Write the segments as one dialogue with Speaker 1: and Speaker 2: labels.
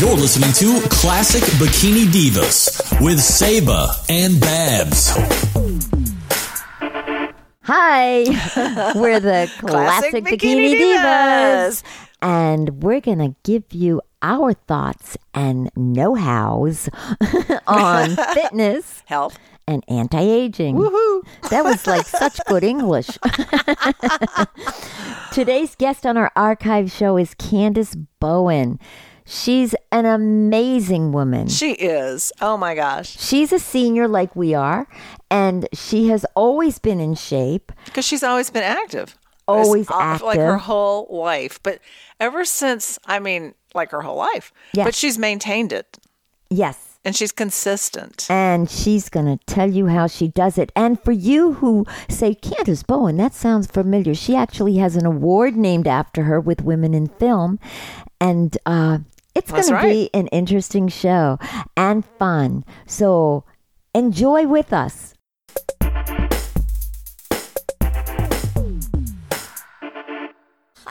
Speaker 1: You're listening to Classic Bikini Divas with Saba and Babs.
Speaker 2: Hi, we're the Classic,
Speaker 3: Classic Bikini
Speaker 2: Bikini,
Speaker 3: Divas.
Speaker 2: Divas. And we're going to give you our thoughts and know hows on fitness
Speaker 3: Help.
Speaker 2: and anti aging. Woohoo! That was like such good English. Today's guest on our archive show is Candace Bowen. She's an amazing woman.
Speaker 3: She is. Oh my gosh.
Speaker 2: She's a senior like we are, and she has always been in shape.
Speaker 3: Because she's always been active.
Speaker 2: Always
Speaker 3: It's all- Like her
Speaker 2: active.
Speaker 3: whole life. But ever since, I mean, like her whole life.
Speaker 2: Yeah.
Speaker 3: But she's maintained it
Speaker 2: Yes.
Speaker 3: and she's consistent.
Speaker 2: And she's going to tell you how she does it. And for you who say, Candace Bowen, that sounds familiar, she actually has an award named after her with Women in Film. And uh, it's going
Speaker 3: That's
Speaker 2: to be
Speaker 3: right.
Speaker 2: an interesting show and fun. So enjoy with us.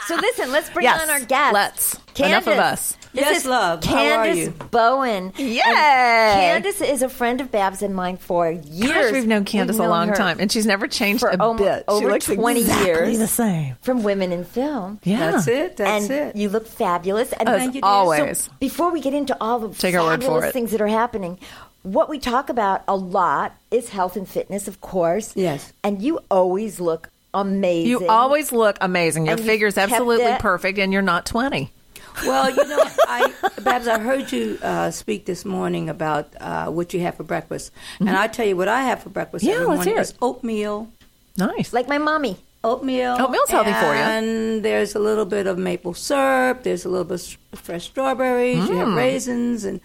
Speaker 2: So listen, let's bring
Speaker 3: Yes,
Speaker 2: on our guest.
Speaker 4: let's.
Speaker 2: Candace.
Speaker 4: Enough of us.
Speaker 2: This
Speaker 4: Yes,
Speaker 2: is
Speaker 4: love. How
Speaker 2: Candace
Speaker 4: are you?
Speaker 2: Bowen.
Speaker 3: Yay!
Speaker 2: And Candace is a friend of Babs and mine for years.
Speaker 4: Gosh, we've known Candace
Speaker 2: We've
Speaker 4: a
Speaker 2: known
Speaker 4: long
Speaker 2: her
Speaker 4: time, and she's never changed
Speaker 2: for
Speaker 4: a
Speaker 2: almo-
Speaker 4: bit.
Speaker 2: over
Speaker 4: she looks
Speaker 2: 20
Speaker 4: exactly
Speaker 2: years.
Speaker 4: the same.
Speaker 2: from Women in Film.
Speaker 4: Yeah, Oh,
Speaker 5: That's it. That's
Speaker 2: and
Speaker 5: it.
Speaker 2: you look fabulous. And
Speaker 4: As
Speaker 2: Thank you, dear.
Speaker 4: always.
Speaker 2: So before we get into all the
Speaker 4: Take our word
Speaker 2: fabulous
Speaker 4: for it.
Speaker 2: things that are happening, what we talk about a lot is health and fitness, of course.
Speaker 5: Yes.
Speaker 2: And you always look amazing.
Speaker 4: You always look amazing. Your
Speaker 2: And you
Speaker 4: figure's
Speaker 2: kept
Speaker 4: absolutely
Speaker 2: it.
Speaker 4: perfect, and you're not 20.
Speaker 5: well, you know, I, Babs, I heard you uh, speak this morning about uh, what you have for breakfast, and I tell you what I have for breakfast.
Speaker 4: Mm-hmm. Yeah,
Speaker 5: every
Speaker 4: let's
Speaker 5: morning
Speaker 4: hear it.
Speaker 5: is oatmeal.
Speaker 4: Nice.
Speaker 2: like my mommy.
Speaker 5: Oatmeal.
Speaker 4: Oatmeal's healthy for you.
Speaker 5: And there's a little bit of maple syrup. There's a little bit of s- fresh strawberries. You have raisins and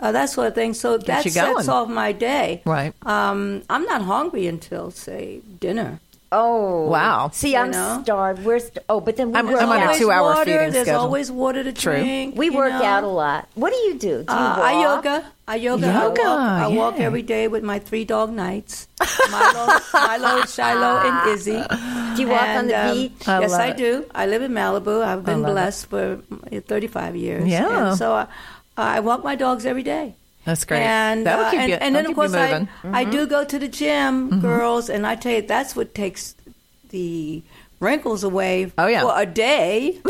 Speaker 5: uh, that sort of thing. So that
Speaker 4: Mm. you
Speaker 5: sets
Speaker 4: going.
Speaker 5: off my day.
Speaker 4: Right.
Speaker 5: Um, I'm not hungry until, say, dinner.
Speaker 2: Oh
Speaker 4: Wow.
Speaker 2: See, I'm
Speaker 5: know?
Speaker 2: starved. We're st- oh, but then we
Speaker 4: I'm-
Speaker 2: work
Speaker 4: I'm on a
Speaker 2: out.
Speaker 5: Always
Speaker 4: two-hour
Speaker 5: water,
Speaker 4: feeding
Speaker 5: There's
Speaker 4: schedule.
Speaker 5: always water to
Speaker 4: True.
Speaker 5: drink.
Speaker 2: we
Speaker 5: you
Speaker 2: work
Speaker 5: know.
Speaker 2: out a lot. What do you do? Do you
Speaker 5: Uh,
Speaker 2: walk?
Speaker 5: I yoga. I yoga. I walk,
Speaker 4: Yoga,
Speaker 5: I walk
Speaker 4: yeah.
Speaker 5: every day with my three dog nights Milo, Milo Shiloh, and Izzy.
Speaker 2: Do you walk on
Speaker 5: And,
Speaker 2: the
Speaker 5: um,
Speaker 2: beach?
Speaker 4: I
Speaker 5: yes,
Speaker 4: love
Speaker 5: I
Speaker 4: it.
Speaker 5: do. I live in Malibu. I've been
Speaker 4: love it.
Speaker 5: blessed for 35 years.
Speaker 4: Yeah.
Speaker 5: And so I, I walk my dogs every day.
Speaker 4: That's great.
Speaker 5: And,
Speaker 4: That'll
Speaker 5: uh,
Speaker 4: keep
Speaker 5: and,
Speaker 4: you-
Speaker 5: and then,
Speaker 4: that'll
Speaker 5: of
Speaker 4: keep you
Speaker 5: course, I,
Speaker 4: moving. Mm-hmm.
Speaker 5: I do go to the gym, girls, and I tell you, that's what takes the wrinkles away
Speaker 4: Oh, yeah.
Speaker 5: for a day.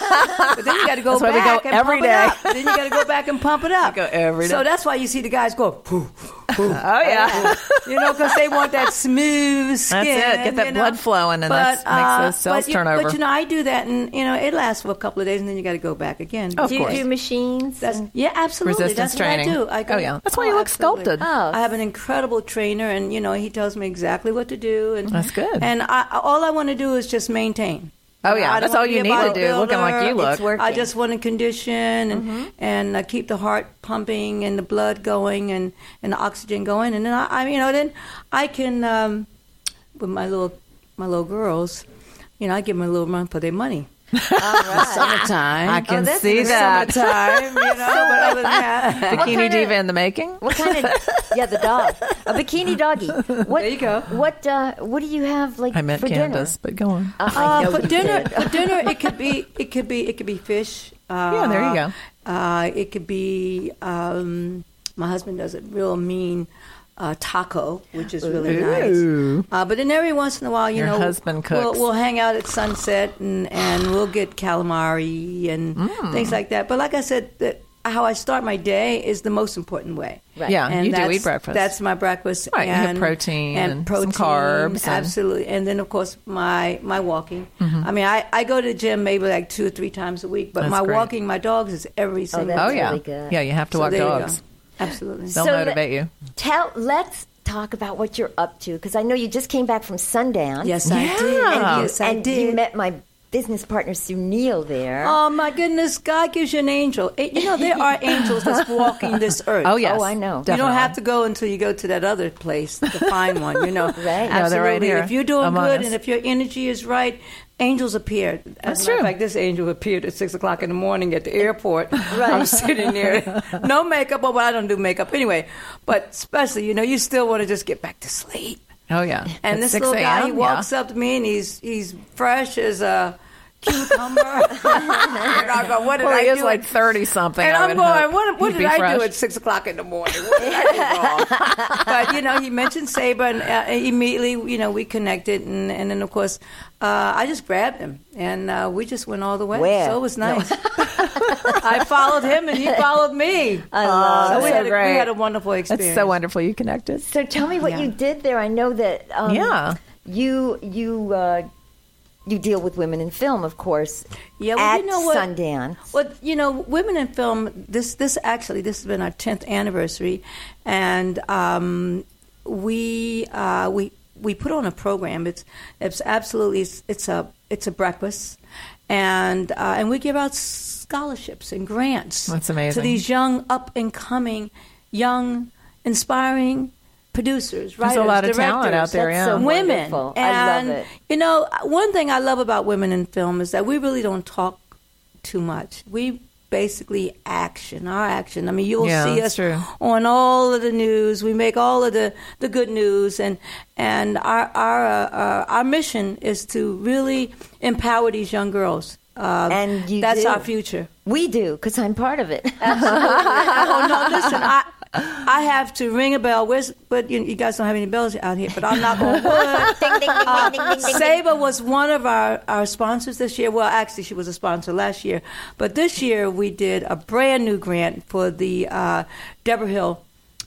Speaker 5: but then you got to go
Speaker 4: That's why we
Speaker 5: back
Speaker 4: go
Speaker 5: and
Speaker 4: every
Speaker 5: pump
Speaker 4: day.
Speaker 5: it up. Then you got to go back and pump it up.
Speaker 4: We go every
Speaker 5: So
Speaker 4: day.
Speaker 5: that's why you see the guys go, pooh, pooh.
Speaker 4: Oh, yeah.
Speaker 5: You know, because they want that smooth skin.
Speaker 4: That's it. Get that
Speaker 5: you know.
Speaker 4: blood flowing, and that's- makes those cells
Speaker 5: but you,
Speaker 4: turn over.
Speaker 5: But you know, I do that, and you know, it lasts for a couple of days, and then you got to go back again.
Speaker 4: Of
Speaker 2: do you
Speaker 4: course.
Speaker 2: do machines?
Speaker 5: That's, yeah, absolutely.
Speaker 4: Resistance
Speaker 5: That's
Speaker 4: training.
Speaker 5: what I do. I go,
Speaker 4: Oh, yeah. Mm. That's why you look
Speaker 5: absolutely.
Speaker 4: sculpted.
Speaker 2: Oh.
Speaker 5: I have an incredible trainer, and you know, he tells me exactly what to do. And
Speaker 4: That's good.
Speaker 5: And I, I- all I want to do is just maintain.
Speaker 4: Oh, yeah.
Speaker 5: I don't
Speaker 4: That's all
Speaker 5: wanna be
Speaker 4: you
Speaker 5: a
Speaker 4: need to do, looking like
Speaker 5: bodybuilder.
Speaker 4: you look. Mm-hmm. It's
Speaker 2: working.
Speaker 5: I just want to condition and and uh, keep the heart pumping and the blood going and and the oxygen going. And then I, I you know, then I can um, with my little my little girls, you know, I give them a little run for their money. Summertime.
Speaker 4: Ah, I can
Speaker 2: that's
Speaker 4: see
Speaker 2: in the
Speaker 4: that.
Speaker 5: Summertime, you know, but other than that.
Speaker 4: Bikini
Speaker 2: kinda-
Speaker 4: diva in the making.
Speaker 2: What kind of? yeah, the dog, a bikini doggy. What, there you go. What? Uh, what do you have like
Speaker 4: I meant
Speaker 2: for
Speaker 4: Candace, but go on.
Speaker 2: dinner? Uh, I know
Speaker 5: for
Speaker 2: you
Speaker 5: dinner,
Speaker 2: did.
Speaker 5: for dinner, it could be, it could be, it could be fish. Uh,
Speaker 4: Yeah, there you go.
Speaker 5: Uh, it could be. Um, my husband does a real mean uh, taco, which is really nice. Uh, but then every once in a while, you
Speaker 4: Your
Speaker 5: know,
Speaker 4: husband
Speaker 5: We'll,
Speaker 4: cooks.
Speaker 5: we'll hang out at sunset and and we'll get calamari and
Speaker 4: Mm.
Speaker 5: things like that. But like I said, the, how I start my day is the most important way.
Speaker 2: Right.
Speaker 4: Yeah,
Speaker 5: And
Speaker 4: you do
Speaker 5: that's-
Speaker 4: eat breakfast.
Speaker 5: That's my breakfast.
Speaker 4: Right, you have
Speaker 5: and
Speaker 4: protein and some
Speaker 5: protein,
Speaker 4: carbs and-
Speaker 5: absolutely. And then of course my my walking. I mean, I, I go to the gym maybe like two or three times a week, but
Speaker 4: Mm-hmm. That's
Speaker 5: my
Speaker 4: great.
Speaker 5: walking my dogs is every single.
Speaker 2: that's
Speaker 4: oh,
Speaker 5: day.
Speaker 4: yeah.
Speaker 2: really good.
Speaker 4: Yeah, you have to
Speaker 5: So
Speaker 4: walk
Speaker 5: there you go.
Speaker 4: dogs.
Speaker 5: Absolutely.
Speaker 4: They'll
Speaker 2: So
Speaker 4: motivate
Speaker 2: let-
Speaker 4: you.
Speaker 2: Tell. Let's talk about what you're up to because I know you just came back from Sundown.
Speaker 5: yes, I did.
Speaker 4: Yeah.
Speaker 5: yes, I
Speaker 2: and
Speaker 5: did.
Speaker 2: you met my business partner Sue Neal there.
Speaker 5: Oh my goodness! God gives you an angel. It- you know there are angels that's walking this earth.
Speaker 4: Oh, yes.
Speaker 2: Oh, I know.
Speaker 5: You don't
Speaker 4: Definitely.
Speaker 5: have to go until you go to that other place to find one, you know.
Speaker 2: Right.
Speaker 5: Absolutely.
Speaker 4: No, they're right here
Speaker 5: If you're doing
Speaker 4: among
Speaker 5: good
Speaker 4: us.
Speaker 5: and if your energy is right, angels appear. As
Speaker 4: That's
Speaker 5: a matter of
Speaker 4: true.
Speaker 5: fact, this angel appeared at 6 o'clock in the morning at the airport. I'm sitting there. No makeup, Oh, well, I don't do makeup anyway. But especially, you know, you still want to just get back to sleep.
Speaker 4: Oh, yeah.
Speaker 5: And
Speaker 4: At
Speaker 5: this
Speaker 4: 6
Speaker 5: little guy, he
Speaker 4: a.m.,
Speaker 5: walks
Speaker 4: yeah.
Speaker 5: up to me and he's he's fresh as a cucumber.
Speaker 4: I don't know what did
Speaker 5: Well,
Speaker 4: I
Speaker 5: he
Speaker 4: do
Speaker 5: is like
Speaker 4: like thirty something.
Speaker 5: And I'm going, what, what did I do at six o'clock in the morning? What did I do wrong? but you know, he mentioned Saber, and uh, immediately, you know, we connected, and, and then of course, uh, I just grabbed him, and uh, we just went all the way.
Speaker 2: Where?
Speaker 5: So it was nice. I followed him, and he followed me. I
Speaker 2: love
Speaker 5: so we,
Speaker 4: it.
Speaker 5: had a,
Speaker 4: Great.
Speaker 5: we had a wonderful
Speaker 4: That's
Speaker 5: experience.
Speaker 4: so wonderful. You connected.
Speaker 2: So tell me what you did there. I know that um,
Speaker 4: Yeah.
Speaker 2: you you uh, you deal with women in film, of course.
Speaker 5: Yeah, well,
Speaker 2: at
Speaker 5: you know what?
Speaker 2: Sundance.
Speaker 5: Well, you know, women in film. This, this actually, this has been our tenth anniversary, and um, we uh, we we put on a program. It's it's absolutely it's, it's a it's a breakfast, and uh, and we give out scholarships and grants.
Speaker 4: That's amazing.
Speaker 5: to these young up and coming, young, inspiring producers.
Speaker 4: There's
Speaker 5: Writers,
Speaker 4: a lot of
Speaker 5: directors,
Speaker 4: talent out there,
Speaker 2: That's so
Speaker 4: yeah.
Speaker 5: women.
Speaker 2: wonderful. I love
Speaker 5: And
Speaker 2: it.
Speaker 5: you know, one thing I love about women in film is that we really don't talk too much. We basically action our action. I mean, you'll
Speaker 4: Yeah,
Speaker 5: see
Speaker 4: that's
Speaker 5: us
Speaker 4: true.
Speaker 5: on all of the news. We make all of the, the good news, and and our our uh, uh, our mission is to really empower these young girls. Uh,
Speaker 2: And you
Speaker 5: that's
Speaker 2: do.
Speaker 5: our future.
Speaker 2: We do because I'm part of it.
Speaker 5: oh no! Listen, I I have to ring a bell. Where's but you, you guys don't have any bells out here. But I'm not going to.
Speaker 2: ding, ding, ding, ding, ding, ding, ding, ding.
Speaker 5: Saber was one of our, our sponsors this year. Well, actually, she was a sponsor last year, but this year we did a brand new grant for the uh, Deborah Hill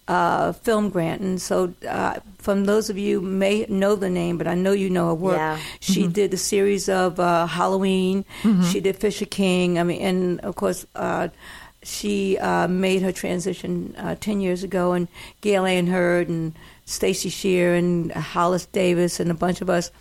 Speaker 5: uh, film grant. And so, uh, from those of you who may know the name, but I know you know her work.
Speaker 2: Yeah.
Speaker 5: She
Speaker 4: Mm-hmm.
Speaker 5: did a series of uh, Halloween. She did Fisher King. I mean, and of course. Uh, she uh, made her transition uh, 10 years ago, and Gail Ann Hurd and Stacey Shear and Hollis Davis and a bunch of us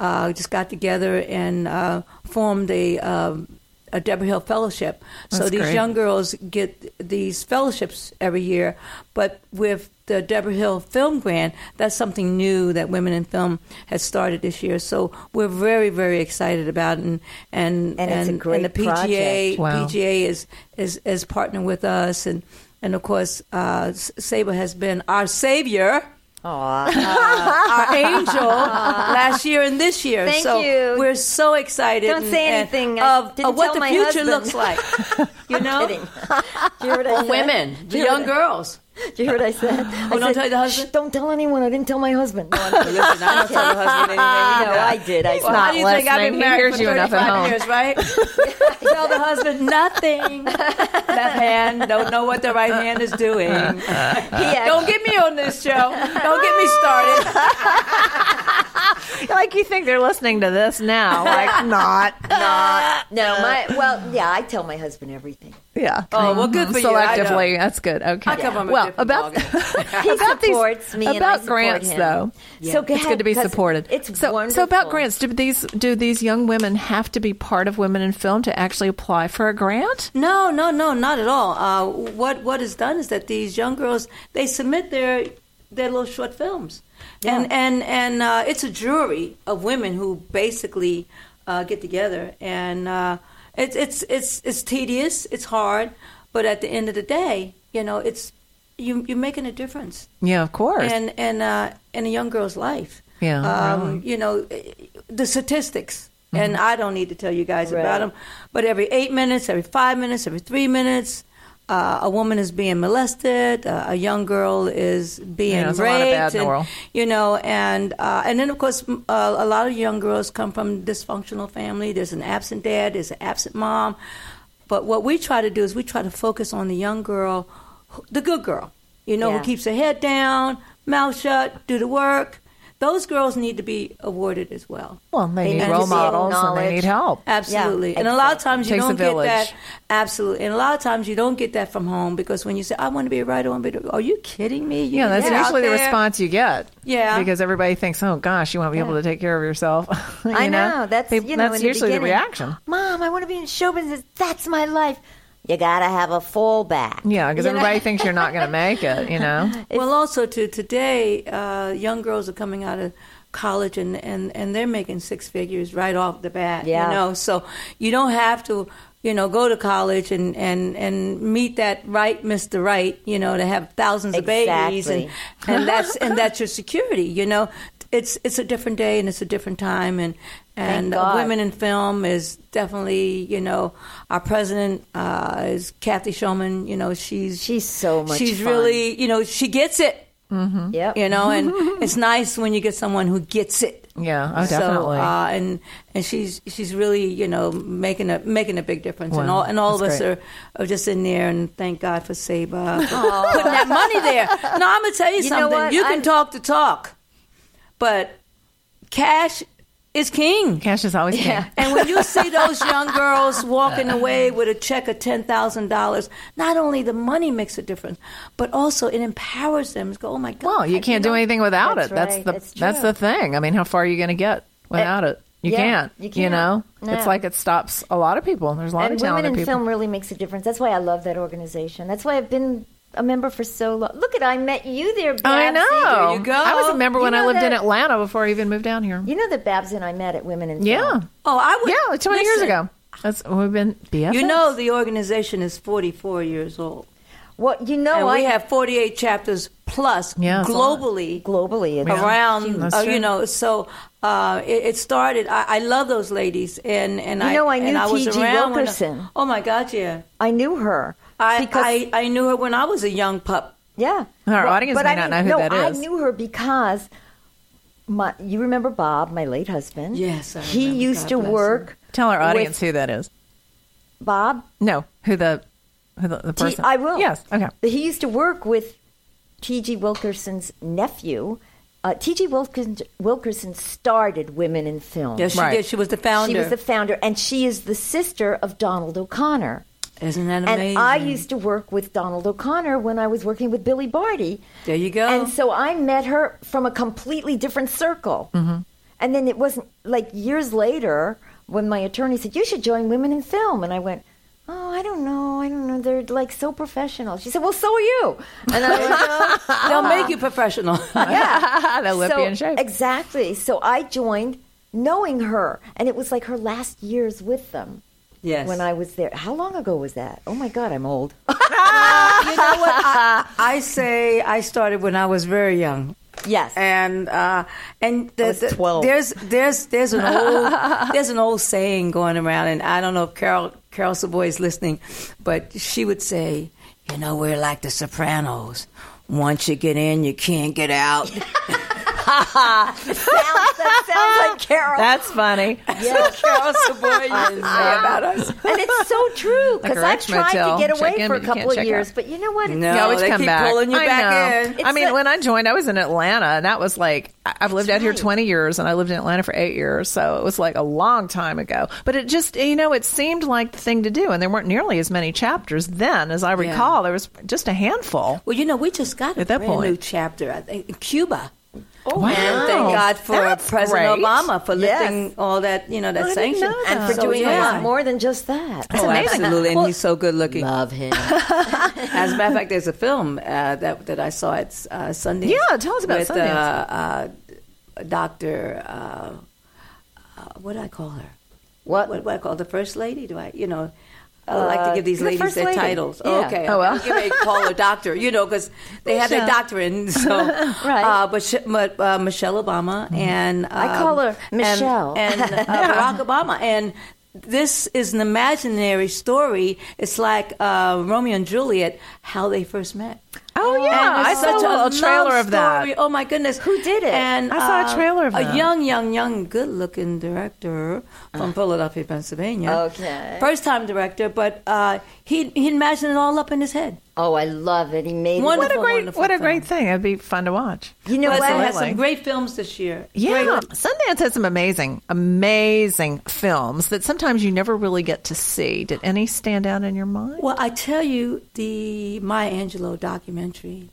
Speaker 5: uh, just got together and uh, formed a, um a Deborah Hill Fellowship. so
Speaker 4: That's
Speaker 5: these
Speaker 4: great.
Speaker 5: young girls get these fellowships every year, but with the Deborah Hill Film Grant, that's something new that Women in Film has started this year. So we're very, very excited about it, and and
Speaker 2: And it's a great
Speaker 5: the PGA
Speaker 2: project.
Speaker 4: Wow.
Speaker 5: PGA is is is partnering with us, and and of course uh, Saber has been our savior uh,
Speaker 2: Aw.
Speaker 5: our angel last year and this year.
Speaker 2: Thank
Speaker 5: so
Speaker 2: you.
Speaker 5: We're so excited.
Speaker 2: Don't
Speaker 5: and-
Speaker 2: say
Speaker 5: and
Speaker 2: anything. I
Speaker 5: Of,
Speaker 2: didn't
Speaker 5: of what
Speaker 2: tell
Speaker 5: the
Speaker 2: my
Speaker 5: future
Speaker 2: husband.
Speaker 5: looks like. You know,
Speaker 2: Kidding. Do you hear what I said?
Speaker 5: women, the
Speaker 2: you hear
Speaker 5: young
Speaker 2: what-
Speaker 5: girls.
Speaker 2: Do you hear what I said? I
Speaker 5: don't
Speaker 2: said,
Speaker 5: tell your husband?
Speaker 2: "Shh, don't tell anyone. I didn't tell my husband. No, I'm kidding.
Speaker 5: Listen, I don't tell the husband anything.
Speaker 2: No, I did. I
Speaker 4: not
Speaker 5: How do you think I've
Speaker 4: listening.
Speaker 5: been
Speaker 4: He
Speaker 5: married
Speaker 4: hears
Speaker 5: for
Speaker 4: you enough at
Speaker 5: 35
Speaker 4: home.
Speaker 5: years, right? Tell the husband nothing. Left hand don't know what the right hand is doing. Don't get me on this show. Don't get me started.
Speaker 4: Like you think they're listening to this now? Like not.
Speaker 2: not. Uh, No,
Speaker 5: Uh,
Speaker 2: my well, yeah, I tell my husband everything.
Speaker 4: Yeah.
Speaker 5: Oh, well, good for you. I don't.
Speaker 4: Selectively, that's good. Okay.
Speaker 5: I come from a
Speaker 4: well,
Speaker 5: different
Speaker 4: about
Speaker 2: He
Speaker 4: about these-
Speaker 2: supports me and I
Speaker 4: about
Speaker 2: support
Speaker 4: grants
Speaker 2: him.
Speaker 4: though.
Speaker 2: Yeah. So go
Speaker 4: it's
Speaker 2: ahead,
Speaker 4: good to be
Speaker 2: 'cause
Speaker 4: supported.
Speaker 2: it's
Speaker 4: so,
Speaker 2: wonderful.
Speaker 4: So about grants, do these do these young women have to be part of Women in Film to actually apply for a grant?
Speaker 5: No, no, no, not at all. Uh, what what is done is that these young girls they submit their their little short films, and and and uh, it's a jury of women who basically uh, get together, and uh, it's it's it's it's tedious, it's hard, but at the end of the day, you know, it's you you're making a difference
Speaker 4: Yeah, of course.
Speaker 5: and and uh, in a young girl's life.
Speaker 4: Yeah,
Speaker 5: um, you know the statistics,
Speaker 4: Mm-hmm.
Speaker 5: and I don't need to tell you guys about 'em. about
Speaker 2: Right.
Speaker 5: them. But every eight minutes, every five minutes, every three minutes, uh, a woman is being molested. Uh, a young girl is being
Speaker 4: Yeah, there's a lot of
Speaker 5: raped.
Speaker 4: bad in the
Speaker 5: and,
Speaker 4: world.
Speaker 5: You know, and uh, and then of course, m- uh, a lot of young girls come from dysfunctional family. There's an absent dad. There's an absent mom. But what we try to do is we try to focus on the young girl, who- the good girl. You know,
Speaker 2: Yeah.
Speaker 5: who keeps her head down, mouth shut, do the work. Those girls need to be awarded as well.
Speaker 4: well, they,
Speaker 2: They
Speaker 4: need
Speaker 2: need
Speaker 4: role
Speaker 2: to be
Speaker 4: models and they
Speaker 2: acknowledged.
Speaker 4: need help.
Speaker 5: Absolutely.
Speaker 2: Yeah,
Speaker 5: and a lot of
Speaker 2: exactly.
Speaker 5: times you
Speaker 4: Takes a
Speaker 5: don't get
Speaker 4: village.
Speaker 5: that. Absolutely. And a lot of times you don't get that from home because when you say, I want to be a writer, I want to be a Are you kidding me? You
Speaker 4: Yeah,
Speaker 5: need to
Speaker 4: that's
Speaker 5: get out
Speaker 4: usually the
Speaker 5: there."
Speaker 4: response you get.
Speaker 5: Yeah.
Speaker 4: because everybody thinks, "Oh gosh, you won't be able to take care of yourself." You
Speaker 2: I know. That's
Speaker 4: They-
Speaker 2: you know,
Speaker 4: that's
Speaker 2: in
Speaker 4: usually the
Speaker 2: beginning,
Speaker 4: reaction.
Speaker 2: Mom, I want to be in show business. That's my life. You gotta have a fallback.
Speaker 4: Yeah, because
Speaker 2: You know?
Speaker 4: everybody thinks you're not going to make it. You know.
Speaker 5: Well, also to today, uh, young girls are coming out of college and, and, and they're making six figures right off the bat.
Speaker 2: Yeah.
Speaker 5: You know, so you don't have to, you know, go to college and, and, and meet that right Mr. Right, you know, to have thousands of babies and,
Speaker 2: Exactly.
Speaker 5: and that's and that's your security, you know. it's it's a different day and it's a different time and and uh,
Speaker 2: God.
Speaker 5: women in film is definitely you know our president uh, is Kathy Shulman you know she's
Speaker 2: She's so much
Speaker 5: she's
Speaker 2: fun.
Speaker 5: really you know she gets it
Speaker 2: Yep.
Speaker 5: you know and it's nice when you get someone who gets it
Speaker 4: Yeah, oh,
Speaker 5: so
Speaker 4: definitely.
Speaker 5: uh, and and she's she's really you know making a making a big difference and all and all of us
Speaker 4: That's
Speaker 5: are, are just in there and thank God for Saba for putting that money there. No, I'm gonna tell you,
Speaker 2: You know
Speaker 5: something.
Speaker 2: what?
Speaker 5: You
Speaker 2: I'm-
Speaker 5: can talk to talk, but cash is king.
Speaker 4: Cash is always king.
Speaker 5: And when you see those young girls walking away with a check of ten thousand dollars, not only the money makes a difference, but also it empowers them. It's go, oh my God!
Speaker 4: Well, you can't do
Speaker 5: know?
Speaker 4: anything without
Speaker 2: That's
Speaker 4: it.
Speaker 2: right. It's
Speaker 4: That's the that's
Speaker 2: true.
Speaker 4: the thing. I mean, how far are you going to get without it? You
Speaker 2: yeah,
Speaker 4: can't.
Speaker 2: you
Speaker 4: You
Speaker 2: can't.
Speaker 4: know,
Speaker 2: No.
Speaker 4: it's like it stops a lot of people. There's a lot
Speaker 2: and
Speaker 4: of
Speaker 2: women
Speaker 4: talented
Speaker 2: in
Speaker 4: people.
Speaker 2: film really makes a difference. That's why I love that organization. That's why I've been a member for so long. Look at I met you there. Babs.
Speaker 4: I know.
Speaker 5: you go.
Speaker 4: I was a member
Speaker 2: You
Speaker 4: when I
Speaker 2: know
Speaker 4: lived in
Speaker 2: that-
Speaker 4: Atlanta before I even moved down here.
Speaker 2: You know that Babs and I met at Women in
Speaker 4: Yeah,
Speaker 2: Film.
Speaker 5: Oh, I would.
Speaker 4: yeah, like twenty years
Speaker 5: listen,
Speaker 4: ago. That's we've been BFFs.
Speaker 5: You know, the organization is 44 years old.
Speaker 2: Well, you know
Speaker 5: And
Speaker 2: I
Speaker 5: we have 48 chapters plus
Speaker 4: Oh, Yeah, it's a lot.
Speaker 5: globally
Speaker 2: globally. It's,
Speaker 5: around,
Speaker 4: That's
Speaker 5: uh,
Speaker 4: true.
Speaker 5: you know, so uh, it, it started. I, I love those ladies. And, and
Speaker 2: You
Speaker 5: I
Speaker 2: know, I
Speaker 5: and
Speaker 2: knew
Speaker 5: I was
Speaker 2: T.G.
Speaker 5: around when-
Speaker 2: Wilkerson.
Speaker 5: oh, my God, yeah.
Speaker 2: I knew her
Speaker 5: I,
Speaker 2: because
Speaker 5: I, I knew her when I was a young pup.
Speaker 2: yeah.
Speaker 4: Our audience
Speaker 2: but
Speaker 4: may
Speaker 2: I
Speaker 4: not
Speaker 2: didn't-
Speaker 4: know who
Speaker 2: no,
Speaker 4: that is.
Speaker 2: I knew her because my you remember Bob, my late husband.
Speaker 5: Yes, I
Speaker 2: he
Speaker 5: remember.
Speaker 2: used
Speaker 5: God
Speaker 2: to
Speaker 5: bless him.
Speaker 2: work.
Speaker 4: Tell our
Speaker 2: with
Speaker 4: audience who that is.
Speaker 2: Bob.
Speaker 4: No, who the who the, the
Speaker 2: T-
Speaker 4: person?
Speaker 2: I will.
Speaker 4: Yes. Okay.
Speaker 2: He used to work with T.G. Wilkerson's nephew. Uh, T.G. Wilkin- Wilkerson started Women in Film.
Speaker 5: Yes, she
Speaker 4: Right.
Speaker 5: did. She was the founder.
Speaker 2: She was the founder, and she is the sister of Donald O'Connor.
Speaker 5: Isn't that
Speaker 2: And
Speaker 5: amazing?
Speaker 2: I used to work with Donald O'Connor when I was working with Billy Barty.
Speaker 5: There you go.
Speaker 2: And so I met her from a completely different circle.
Speaker 5: Mm-hmm.
Speaker 2: And then it wasn't like years later when my attorney said, You should join Women in Film. And I went, Oh, I don't know. I don't know. They're like so professional. She said, Well, so are you. And I went, "Oh,
Speaker 5: They'll make you professional.
Speaker 2: yeah.
Speaker 4: They'll whip
Speaker 2: so,
Speaker 4: you in shape.
Speaker 2: Exactly. So I joined knowing her, and it was like her last years with them
Speaker 5: yes.
Speaker 2: when I was there. How long ago was that? Oh my God, I'm old.
Speaker 5: you know what? I, I say I started when I was very young.
Speaker 2: yes.
Speaker 5: and uh, and the,
Speaker 2: was
Speaker 5: the-
Speaker 2: 12.
Speaker 5: there's there's there's an old there's an old saying going around, and I don't know if Carol Carol Savoy is listening, but she would say, you know, we're like the Sopranos. Once you get in, you can't get out.
Speaker 2: sounds, that sounds like Carol.
Speaker 4: That's funny.
Speaker 5: Yeah, Carol Savoy used to say about us.
Speaker 2: and it's so true because
Speaker 4: Like a
Speaker 2: I've tried
Speaker 4: Rachmatel.
Speaker 2: to get away
Speaker 4: Check in,
Speaker 2: for a
Speaker 4: but you can't
Speaker 2: couple of
Speaker 4: check
Speaker 2: years,
Speaker 4: out.
Speaker 2: but you know what? It's-
Speaker 5: No,
Speaker 4: You always
Speaker 5: they
Speaker 4: come
Speaker 5: keep
Speaker 4: back.
Speaker 5: pulling you
Speaker 4: I
Speaker 5: back
Speaker 4: know.
Speaker 5: in.
Speaker 4: I
Speaker 2: It's
Speaker 4: mean,
Speaker 2: the-
Speaker 4: when I joined, I was in Atlanta, and that was like I- I've lived out here
Speaker 2: right.
Speaker 4: 20 years, and I lived in Atlanta for eight years, so it was like a long time ago. But it just, you know, it seemed like the thing to do, and there weren't nearly as many chapters then, as I recall. There was just a handful.
Speaker 5: Well, you know, we just got a
Speaker 4: At that
Speaker 5: brand
Speaker 4: point.
Speaker 5: new chapter. I think in Cuba.
Speaker 4: Oh, wow.
Speaker 5: And thank God for
Speaker 4: That's
Speaker 5: President
Speaker 4: great.
Speaker 5: Obama for
Speaker 2: Yes.
Speaker 5: lifting all that, you know, that
Speaker 4: I didn't
Speaker 5: sanction.
Speaker 4: know that.
Speaker 2: And for
Speaker 4: So,
Speaker 2: doing a
Speaker 5: yeah.
Speaker 2: lot more than just that.
Speaker 5: Oh, absolutely. And
Speaker 2: Well,
Speaker 5: he's so good looking.
Speaker 2: love him.
Speaker 5: As a matter of fact, there's a film uh, that that I saw at uh, Sundance.
Speaker 4: Yeah, tell us about
Speaker 5: with,
Speaker 4: Sundance.
Speaker 5: Uh, uh, Doctor, uh, uh, what do I call her?
Speaker 2: What? Uh,
Speaker 5: What, what I call the first lady? Do I? You know, I like to give these
Speaker 2: the
Speaker 5: ladies
Speaker 2: first
Speaker 5: their
Speaker 2: lady.
Speaker 5: titles.
Speaker 2: Yeah.
Speaker 5: okay,
Speaker 4: Oh, well.
Speaker 5: I'm gonna call her doctor. You know, because they have their doctrine. So,
Speaker 2: Right. Mm-hmm.
Speaker 5: Uh, but she, Ma- uh, Michelle Obama and um,
Speaker 2: I call her
Speaker 5: and-
Speaker 2: Michelle.
Speaker 5: and, uh, Barack Obama. And this is an imaginary story. It's like uh, Romeo and Juliet, how they first met.
Speaker 4: Oh, yeah.
Speaker 5: And
Speaker 4: I
Speaker 5: it's
Speaker 4: saw a
Speaker 5: such
Speaker 4: little
Speaker 5: love
Speaker 4: trailer of that.
Speaker 5: story. Oh my goodness,
Speaker 2: Who did it?
Speaker 5: And
Speaker 4: I saw a
Speaker 5: uh,
Speaker 4: trailer of that. Uh-huh.
Speaker 5: a young, young, young, good-looking director from Philadelphia, Pennsylvania.
Speaker 2: Okay.
Speaker 5: first-time director, but uh, he he imagined it all up in his head.
Speaker 2: oh, I love it. He made
Speaker 4: What
Speaker 5: One-
Speaker 4: a
Speaker 5: Wonderful,
Speaker 4: great,
Speaker 5: wonderful
Speaker 4: what a
Speaker 5: film.
Speaker 4: great thing. It'd be fun to watch.
Speaker 2: it. You know
Speaker 5: But
Speaker 2: what?
Speaker 5: they had
Speaker 4: Absolutely.
Speaker 5: some great films this year.
Speaker 4: Yeah,
Speaker 5: Great-
Speaker 4: Sundance has some amazing, amazing films that sometimes you never really get to see. Did any stand out in your mind?
Speaker 5: Well, I tell you, the Maya Angelou documentary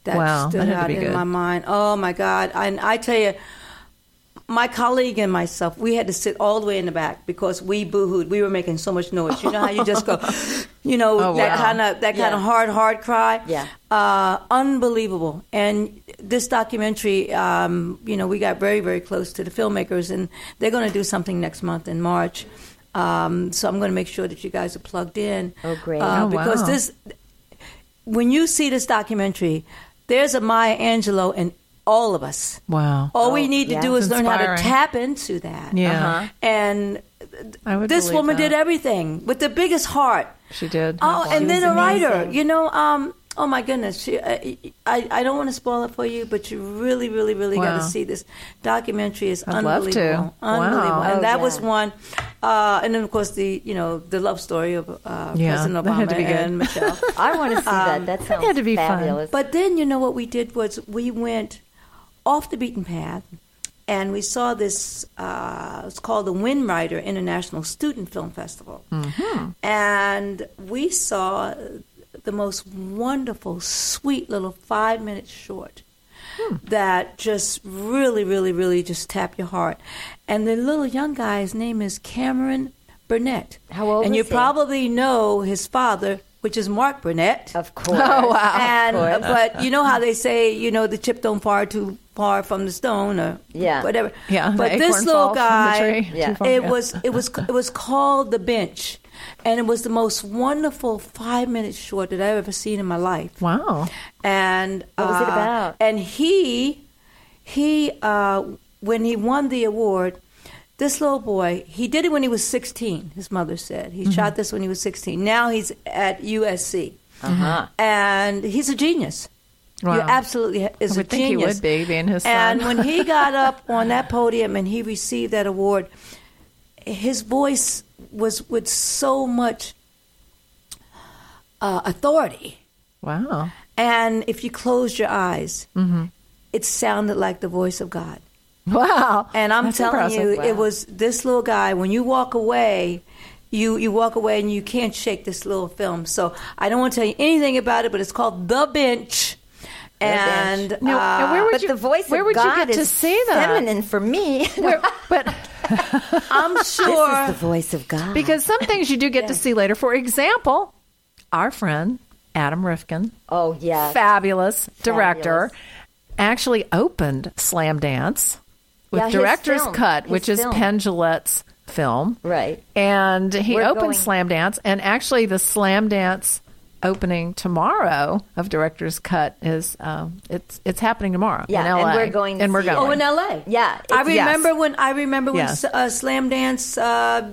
Speaker 5: that
Speaker 4: Wow, that
Speaker 5: stood
Speaker 4: had to
Speaker 5: out
Speaker 4: be
Speaker 5: in
Speaker 4: good.
Speaker 5: my mind. Oh my God! And I tell you, my colleague and myself, we had to sit all the way in the back because we boohooed. We were making so much noise. You know how you just go, you know,
Speaker 4: Oh,
Speaker 5: that
Speaker 4: wow.
Speaker 5: kind of that kind
Speaker 2: Yeah.
Speaker 5: of hard, hard cry.
Speaker 2: Yeah.
Speaker 5: Uh, unbelievable. And this documentary, um, you know, we got very, very close to the filmmakers, and they're going to do something next month in March. Um, so I'm going to make sure that you guys are plugged in.
Speaker 2: Oh, great.
Speaker 5: Uh,
Speaker 4: Oh,
Speaker 5: because
Speaker 4: wow.
Speaker 5: this, when you see this documentary, there's a Maya Angelou in all of us.
Speaker 4: Wow.
Speaker 5: All we need to
Speaker 2: yeah.
Speaker 5: do is
Speaker 4: Oh, It's
Speaker 5: learn how to
Speaker 4: inspiring.
Speaker 5: tap into that.
Speaker 4: Yeah. Uh-huh.
Speaker 5: And
Speaker 4: I would
Speaker 5: this
Speaker 4: believe
Speaker 5: woman
Speaker 4: that.
Speaker 5: did everything with the biggest heart.
Speaker 4: She did.
Speaker 5: Oh, and then
Speaker 2: was
Speaker 5: a writer.
Speaker 2: amazing.
Speaker 5: You know, um, oh my goodness. She, I, I, I don't want to spoil it for you, but you really, really, really
Speaker 4: Wow.
Speaker 5: got to see this documentary. Is
Speaker 4: I'd love to.
Speaker 5: unbelievable.
Speaker 4: Wow.
Speaker 5: Unbelievable. And
Speaker 2: Oh,
Speaker 5: that
Speaker 2: yeah.
Speaker 5: was one. Uh, and then of course the you know the love story of uh,
Speaker 4: Yeah,
Speaker 5: President
Speaker 4: that had
Speaker 5: Obama
Speaker 4: to be good.
Speaker 5: and Michelle.
Speaker 2: I want to see that. That sounds
Speaker 4: had to be fun.
Speaker 2: fabulous.
Speaker 5: But then you know what we did was we went off the beaten path, and we saw this. Uh, it's called the Wind Rider International Student Film Festival,
Speaker 2: Mm-hmm.
Speaker 5: and we saw the most wonderful, sweet little five-minute short
Speaker 2: Hmm.
Speaker 5: that just really, really, really just tap your heart. And the little young guy's name is Cameron Burnett.
Speaker 2: How old
Speaker 5: And
Speaker 2: is
Speaker 5: you
Speaker 2: he?
Speaker 5: probably know his father, which is Mark Burnett.
Speaker 2: of course.
Speaker 5: Oh,
Speaker 4: Oh,
Speaker 5: And
Speaker 2: Of course.
Speaker 5: but you know how they say, you know, the chip don't far too far from the stone or
Speaker 2: Yeah.
Speaker 5: whatever.
Speaker 4: Yeah, the
Speaker 5: But this
Speaker 4: acorn
Speaker 5: little
Speaker 4: falls from the
Speaker 5: guy,
Speaker 4: tree.
Speaker 2: Yeah.
Speaker 4: Too far,
Speaker 5: it
Speaker 4: yeah.
Speaker 5: was it was it was called the bench, and it was the most wonderful five minute short that I've ever seen in my life.
Speaker 4: Wow.
Speaker 5: And
Speaker 2: What was it
Speaker 5: uh,
Speaker 2: about?
Speaker 5: And he he uh, when he won the award. This little boy, he did it when he was 16, his mother said.
Speaker 4: Mm-hmm.
Speaker 5: He shot this when he was 16. Now he's at USC
Speaker 2: uh-huh.
Speaker 5: and he's a genius.
Speaker 4: Wow.
Speaker 5: You absolutely ha- is
Speaker 4: I would
Speaker 5: a
Speaker 4: think he would
Speaker 5: genius.
Speaker 4: be, being his son.
Speaker 5: And when he got up on that podium and he received that award, his voice was with so much uh, authority.
Speaker 4: Wow.
Speaker 5: And if you closed your eyes,
Speaker 4: Mm-hmm.
Speaker 5: it sounded like the voice of God.
Speaker 4: Wow.
Speaker 5: And I'm
Speaker 4: That's
Speaker 5: telling
Speaker 4: impressive.
Speaker 5: you, it was this little guy. When you walk away, you you walk away and you can't shake this little film. So I don't want to tell you anything about it, but it's called The Bench. And
Speaker 4: Now- now where
Speaker 5: uh,
Speaker 4: would
Speaker 2: But
Speaker 4: you-
Speaker 2: the voice
Speaker 4: where
Speaker 2: of
Speaker 4: would you
Speaker 2: God
Speaker 4: get to
Speaker 2: is
Speaker 4: see that?
Speaker 2: feminine for me.
Speaker 4: Where- but
Speaker 5: I'm
Speaker 2: this is
Speaker 5: sure
Speaker 2: the voice of God.
Speaker 4: because some things you do get to see later. For example, our friend Adam Rifkin,
Speaker 2: oh yeah,
Speaker 4: fabulous director,
Speaker 2: Fabulous.
Speaker 4: actually opened Slam Dance with
Speaker 2: Yeah, his
Speaker 4: director's
Speaker 2: film.
Speaker 4: cut,
Speaker 2: His
Speaker 4: which
Speaker 2: film.
Speaker 4: is Penn Jillette's film.
Speaker 2: Right.
Speaker 4: And he
Speaker 2: We're
Speaker 4: opened
Speaker 2: going-
Speaker 4: Slam Dance, and actually the Slam Dance opening tomorrow of director's cut is um, it's it's happening tomorrow
Speaker 2: Yeah,
Speaker 4: in
Speaker 2: and
Speaker 4: LA
Speaker 2: we're going to
Speaker 4: and we're
Speaker 2: see it.
Speaker 4: going
Speaker 5: Oh, in L.A.
Speaker 2: Yeah,
Speaker 5: I
Speaker 2: it's-
Speaker 4: yes.
Speaker 5: remember when I remember when
Speaker 4: Yes.
Speaker 5: uh, Slam Dance uh,